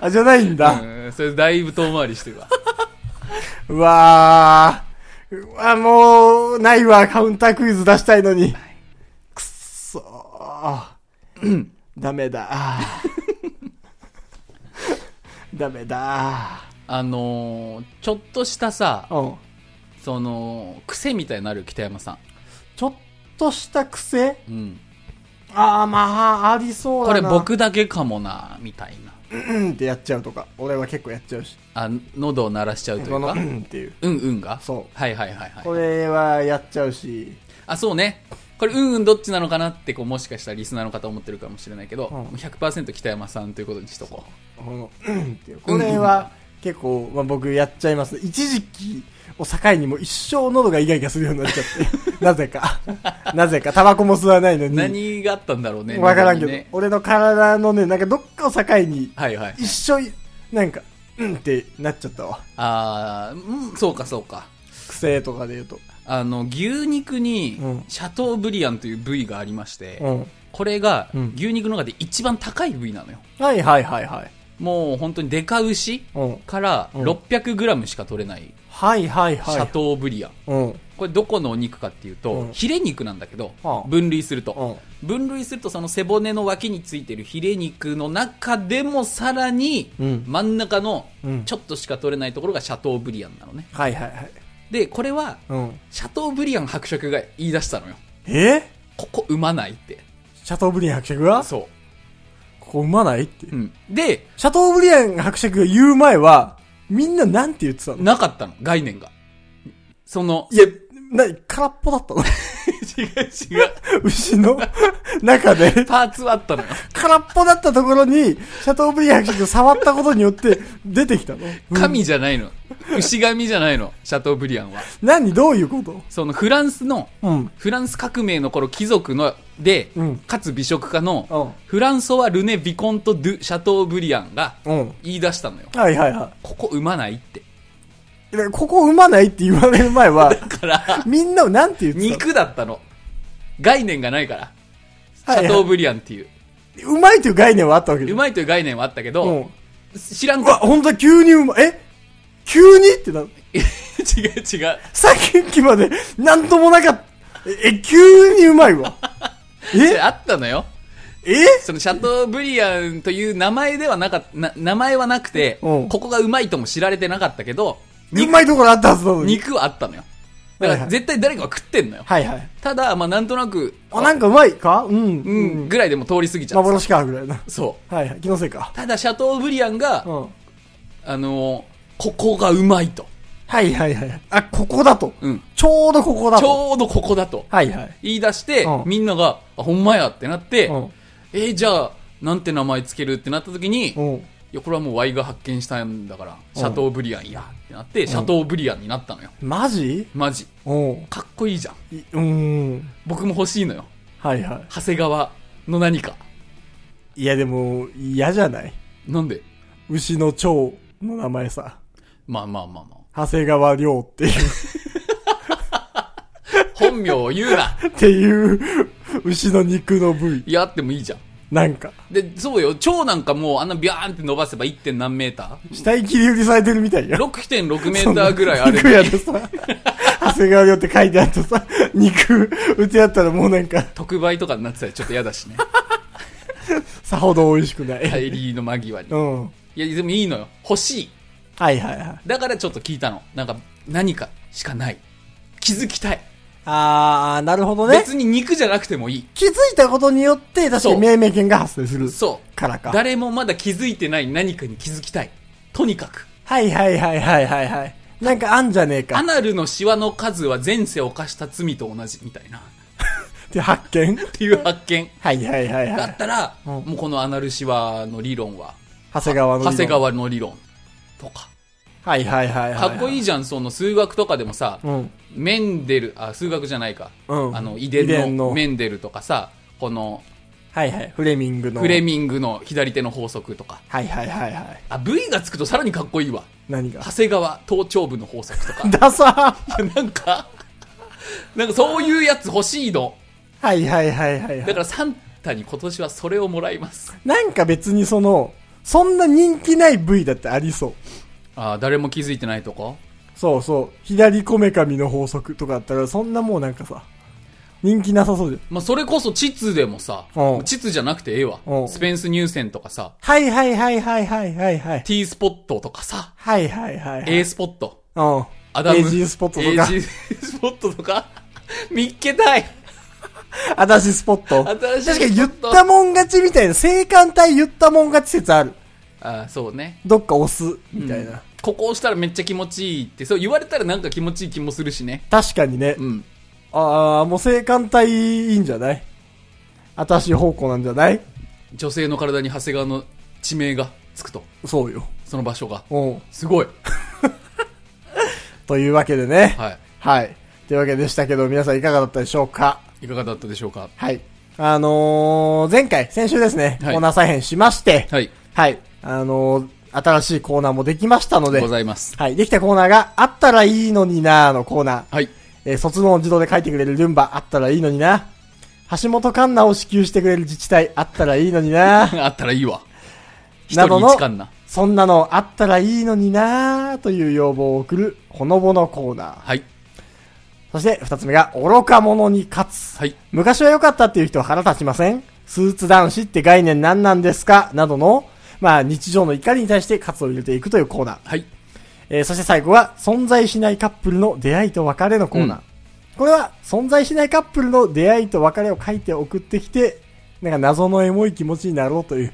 Speaker 2: あ、じゃないんだ。
Speaker 1: うん、それだいぶ遠回りして
Speaker 2: (laughs)
Speaker 1: るわ。
Speaker 2: うわー。うわ、もう、ないわ、カウンタークイズ出したいのに。くっそー。ダメだ。 (laughs) ダメだ。
Speaker 1: あのーちょっとしたさ、
Speaker 2: うん。
Speaker 1: その、癖みたいになる北山さ
Speaker 2: ちょっとした癖
Speaker 1: ん。うん。
Speaker 2: ああ、まあ、ありそう
Speaker 1: こ
Speaker 2: だ
Speaker 1: れ
Speaker 2: な。
Speaker 1: 僕だけかもな、みたいな。
Speaker 2: うんってやっちゃうとか。俺は結構やっちゃうし。
Speaker 1: あ、喉を鳴らしちゃうとい
Speaker 2: こ
Speaker 1: う
Speaker 2: の、
Speaker 1: か
Speaker 2: う。んっていう。
Speaker 1: うんうんが
Speaker 2: そう
Speaker 1: はいはいはい
Speaker 2: こ
Speaker 1: はい。
Speaker 2: れはやっちゃうし。
Speaker 1: あ、そうね。これ、うんうんどっちなのかなって、こう、もしかしたらリスナーの方思ってるかもしれないけど、
Speaker 2: うん
Speaker 1: もう100%北山さんということにしとこ
Speaker 2: この、うんっていう。これは結構、まあ、僕やっちゃいます。一時期を境にもう一生喉がイガイガするようになっちゃって。 (laughs) なぜか。なぜか。タバコも吸わないの
Speaker 1: う。
Speaker 2: に。
Speaker 1: 何があったんだろうね。
Speaker 2: わからんけど、
Speaker 1: 喉にね
Speaker 2: 俺の体のね、なんかどっかを境に、
Speaker 1: はいはい。
Speaker 2: 一生、なんか、うんってなっちゃったわ。
Speaker 1: あーうん、そうかそうか。
Speaker 2: 癖とかで言うと。
Speaker 1: あの、牛肉に
Speaker 2: うん、
Speaker 1: シャトーブリアンという部位がありまして、
Speaker 2: うん。
Speaker 1: これが
Speaker 2: うん、
Speaker 1: 牛肉の中で一番高い部位なのよ。
Speaker 2: はいはいはいはい。
Speaker 1: もう本当にデカ牛
Speaker 2: うん。
Speaker 1: から
Speaker 2: うん
Speaker 1: 600g しか取れない、
Speaker 2: はいはいはい。
Speaker 1: シャトーブリアン。
Speaker 2: うん。
Speaker 1: これどこのお肉かっていうと、
Speaker 2: うん
Speaker 1: ヒレ肉なんだけど、
Speaker 2: はあ
Speaker 1: 分類する
Speaker 2: う
Speaker 1: と、
Speaker 2: ん。
Speaker 1: 分類するとその背骨の脇についてるヒレ肉の中でもさらに、
Speaker 2: うん
Speaker 1: 真ん中の
Speaker 2: うん
Speaker 1: ちょっとしか取れないところがシャトーブリアンなのね。
Speaker 2: はいはいはい。
Speaker 1: で、これは、
Speaker 2: うん。
Speaker 1: シャトーブリアン伯爵が言い出したのよ。
Speaker 2: え
Speaker 1: ここ産まないって。
Speaker 2: シャトーブリアン伯爵が
Speaker 1: そ
Speaker 2: ここ産まないって。
Speaker 1: う。うん。で、
Speaker 2: シャトーブリアン伯爵が言う前は、みんななんて言ってたの
Speaker 1: なかったの、概念が。その、
Speaker 2: いや、なに、空っぽだったの (laughs)
Speaker 1: 違う違う。
Speaker 2: 牛の中で、
Speaker 1: パーツはあったのよ。
Speaker 2: 空っぽだったところに、シャトーブリアン伯爵が触ったことによって出てきたの。
Speaker 1: 神じゃないの。牛神じゃないの、シャトーブリアンは。
Speaker 2: 何どういうこと
Speaker 1: そのフランスの、
Speaker 2: うん。
Speaker 1: フランス革命の頃貴族ので、
Speaker 2: うん
Speaker 1: かつ美食家
Speaker 2: う
Speaker 1: の
Speaker 2: ん、
Speaker 1: フランソワ・ルネ・ビコント・ドゥ・シャトーブリアンが
Speaker 2: うん。
Speaker 1: 言い出したのよ。
Speaker 2: はいはいは
Speaker 1: ここ産まないって。
Speaker 2: い。だからここ産まないって言われる前は、
Speaker 1: だから、
Speaker 2: みんなをなんて言ってたの
Speaker 1: 肉だったの。概念がないから。シ
Speaker 2: はいはい
Speaker 1: ャトーブリアンっていう。
Speaker 2: うまいという概念はあったわけで
Speaker 1: うまいという概念はあったけ
Speaker 2: う
Speaker 1: ど
Speaker 2: ん、。
Speaker 1: 知らん
Speaker 2: うわ、
Speaker 1: か。
Speaker 2: ほんとだ急にうま、え急にってな、
Speaker 1: (laughs) 違う違う。
Speaker 2: さっきまでなんともなかった。え、え急にうま
Speaker 1: (laughs)
Speaker 2: いわ。え
Speaker 1: あったのよ。
Speaker 2: え
Speaker 1: そのシャトーブリアンという名前ではなかっな名前はなくて、
Speaker 2: うん
Speaker 1: ここがうまいとも知られてなかったけど、
Speaker 2: う
Speaker 1: 肉
Speaker 2: まいところあったはずなのに。
Speaker 1: 肉はあったのよ。だ
Speaker 2: はい
Speaker 1: か
Speaker 2: は
Speaker 1: ら
Speaker 2: い
Speaker 1: 絶対誰かが食ってんのよ。
Speaker 2: はいはい。
Speaker 1: ただ、まあなんとなく、
Speaker 2: あ、なんかうまいかうん。
Speaker 1: う、
Speaker 2: うんん。
Speaker 1: ぐらいでも通り過ぎちゃう。
Speaker 2: 幻か、ぐらいな。
Speaker 1: そう。
Speaker 2: はいはい。気のせいか。
Speaker 1: ただ、シャトーブリアンが、
Speaker 2: うん。は
Speaker 1: あのーここがうまいと。
Speaker 2: いはいはい。あ、ここだと。
Speaker 1: うん。
Speaker 2: ちょうどここだ
Speaker 1: ち
Speaker 2: と。
Speaker 1: ょうどここだと。
Speaker 2: はいはい。
Speaker 1: 言い出して、
Speaker 2: うん
Speaker 1: みんなが、あ、ほんまやってなって、
Speaker 2: うん。
Speaker 1: えーじゃあ、なんて名前つけるってなった時に、
Speaker 2: うん。
Speaker 1: いや、これはもうワイが発見したんだから、シャトーブリアンやってなって、シャトーブリアンになったのよ。
Speaker 2: マジ
Speaker 1: マジ。
Speaker 2: うん。
Speaker 1: かっこいいじゃん。
Speaker 2: いうん。
Speaker 1: 僕も欲しいのよ。
Speaker 2: はいは
Speaker 1: 長谷川の何か。
Speaker 2: い。いやでも、嫌じゃない
Speaker 1: なんで
Speaker 2: 牛の蝶の名前さ。
Speaker 1: まあまあまあま
Speaker 2: 長谷川亮っていう。
Speaker 1: あ。本名を言う
Speaker 2: (laughs)
Speaker 1: な。
Speaker 2: っていう、牛の肉の部位。
Speaker 1: いや、あってもいいじゃん。
Speaker 2: なんか、
Speaker 1: で、そうよ。蝶なんかもうあんなビャーンって伸ばせば 1. 点何メータ
Speaker 2: 死体切り売りされてるみたい
Speaker 1: ー
Speaker 2: よ。
Speaker 1: 6.6メーターぐらいある
Speaker 2: 肉屋
Speaker 1: のに
Speaker 2: でさ、長瀬川亮って書いてあったさ、肉打ち合ったらもうなんか、
Speaker 1: 特売とかになってたらちょっと嫌だ
Speaker 2: (laughs)
Speaker 1: しね。
Speaker 2: さほど美味しくない。
Speaker 1: 帰りの間際に。
Speaker 2: うん。
Speaker 1: いや、でもいいのよ。欲しい。
Speaker 2: はいはいはい。
Speaker 1: だからちょっと聞いたの。なんか、何かしかない。気づきたい。
Speaker 2: あー、なるほどね。
Speaker 1: 別に肉じゃなくてもいい。
Speaker 2: 気づいたことによって、確か
Speaker 1: そう
Speaker 2: に命名権が発生する
Speaker 1: そう。
Speaker 2: からか。
Speaker 1: 誰もまだ気づいてない何かに気づきたい。とにかく。
Speaker 2: はいはいはいはいはいはい。なんかあんじゃねえか
Speaker 1: ア。ナルのシワの数は前世を犯した罪と同じみたいな。っ
Speaker 2: って発見
Speaker 1: ていう発見
Speaker 2: はいはいはいは
Speaker 1: だっ
Speaker 2: い。
Speaker 1: たら、
Speaker 2: うん
Speaker 1: もうこのアナルシワの理論は、
Speaker 2: 長谷川の。
Speaker 1: 長谷。川の理論とか。
Speaker 2: はいはいはいは
Speaker 1: か
Speaker 2: い。
Speaker 1: っこい
Speaker 2: い。
Speaker 1: いじゃん、その数学とかでもさ、
Speaker 2: うん。
Speaker 1: メンデル、あ、数学じゃないか。
Speaker 2: うん
Speaker 1: あの、遺
Speaker 2: 遺
Speaker 1: 伝
Speaker 2: 伝
Speaker 1: の
Speaker 2: の
Speaker 1: メンデルとかさ、この
Speaker 2: はいはい。フレミングの。
Speaker 1: フレミングの左手の法則とか。
Speaker 2: はいはいはいはい。
Speaker 1: あ、V がつくとさらにかっこいいわ。
Speaker 2: 何が
Speaker 1: 長谷川頭頂部の法則とか。 (laughs)
Speaker 2: ダサー
Speaker 1: なんか、なんかそういうやつ欲しいの。
Speaker 2: はいはいはいはいは
Speaker 1: だか。
Speaker 2: い
Speaker 1: らサンタに今年はそれをもらいます。
Speaker 2: なんか別にその、そんな人気ない部位だってありそう。
Speaker 1: ああ、誰も気づいてないとか
Speaker 2: そうそう。左こめかみの法則とかあったら、そんなもうなんかさ、人気なさそうじゃん。
Speaker 1: まあ、それこそ地図でもさ、
Speaker 2: うん
Speaker 1: 地図じゃなくてええわ
Speaker 2: う。ん
Speaker 1: スペンス入選とかさ、
Speaker 2: はいはいはいはいはいはいはい。
Speaker 1: T スポットとかさ、
Speaker 2: はいはいはい、はい。
Speaker 1: A スポット、
Speaker 2: うん。
Speaker 1: アダム。
Speaker 2: エイジースポットとか
Speaker 1: エイジースポットとか、 (laughs) 見っけたい。
Speaker 2: あたしスポット。
Speaker 1: 新しい
Speaker 2: 確かに
Speaker 1: スポッ
Speaker 2: 言っ
Speaker 1: ト
Speaker 2: たもん勝ちみたいな、性感帯言ったもん勝ち説ある。
Speaker 1: ああ、そうね。
Speaker 2: どっか押す、みたいな。
Speaker 1: うんここ押したらめっちゃ気持ちいいって、そう言われたらなんか気持ちいい気もするしね。
Speaker 2: 確かにね。
Speaker 1: うん。
Speaker 2: ああ、もう性感帯いいんじゃないあたし方向なんじゃない
Speaker 1: 女性の体に長谷川の地名がつくと。
Speaker 2: そうよ。
Speaker 1: その場所が。
Speaker 2: うん。
Speaker 1: すごい。
Speaker 2: というわけでね。
Speaker 1: は
Speaker 2: はい。というわけでしたけど、皆さんいかがだったでしょうか
Speaker 1: い。いかがだったでしょうか
Speaker 2: はい。あのー、前回、先週ですね、
Speaker 1: はい
Speaker 2: コーナー再編しまして、
Speaker 1: はい。
Speaker 2: はい。あのー、新しいコーナーもできましたので
Speaker 1: ご、ざいます。
Speaker 2: はい。できたコーナーが、あったらいいのになーのコーナー。
Speaker 1: はい。 (laughs)
Speaker 2: えー卒論を自動で書いてくれるルンバ、あったらいいのにな。橋本環奈を支給してくれる自治体、あったらいいのに
Speaker 1: (laughs)
Speaker 2: な。
Speaker 1: あったらいいわ。一
Speaker 2: な
Speaker 1: 人
Speaker 2: どの
Speaker 1: 一巻な。
Speaker 2: そんなのあったらいいのにな、という要望を送る、ほのぼのコーナー。
Speaker 1: はい。
Speaker 2: そして、二つ目が、愚か者に勝つ。
Speaker 1: はい。
Speaker 2: 昔は良かったっていう人は腹立ちませんスーツ男子って概念何なんですかなどの、まあ、日常の怒りに対して勝つを入れていくというコーナー。
Speaker 1: はい。
Speaker 2: えーそして最後は、存在しないカップルの出会いと別れのコーナー。
Speaker 1: うん
Speaker 2: これは、存在しないカップルの出会いと別れを書いて送ってきて、なんか謎のエモい気持ちになろうという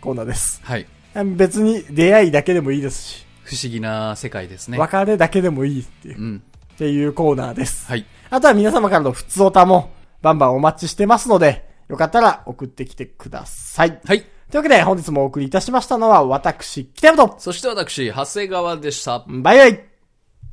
Speaker 2: コーナーです。
Speaker 1: はい。
Speaker 2: あ別に出会いだけでもいいですし、
Speaker 1: 不思議な世界ですね。
Speaker 2: 別れだけでもいいっていう、
Speaker 1: う
Speaker 2: っ
Speaker 1: ん。
Speaker 2: ていうコーナーです。
Speaker 1: はい。
Speaker 2: あとは皆様からの普通オタも、バンバンお待ちしてますので、よかったら送ってきてください。
Speaker 1: はい。
Speaker 2: というわけで、本日もお送りいたしましたのは、私、北山と、
Speaker 1: そして私、長谷川でした。
Speaker 2: バイバイ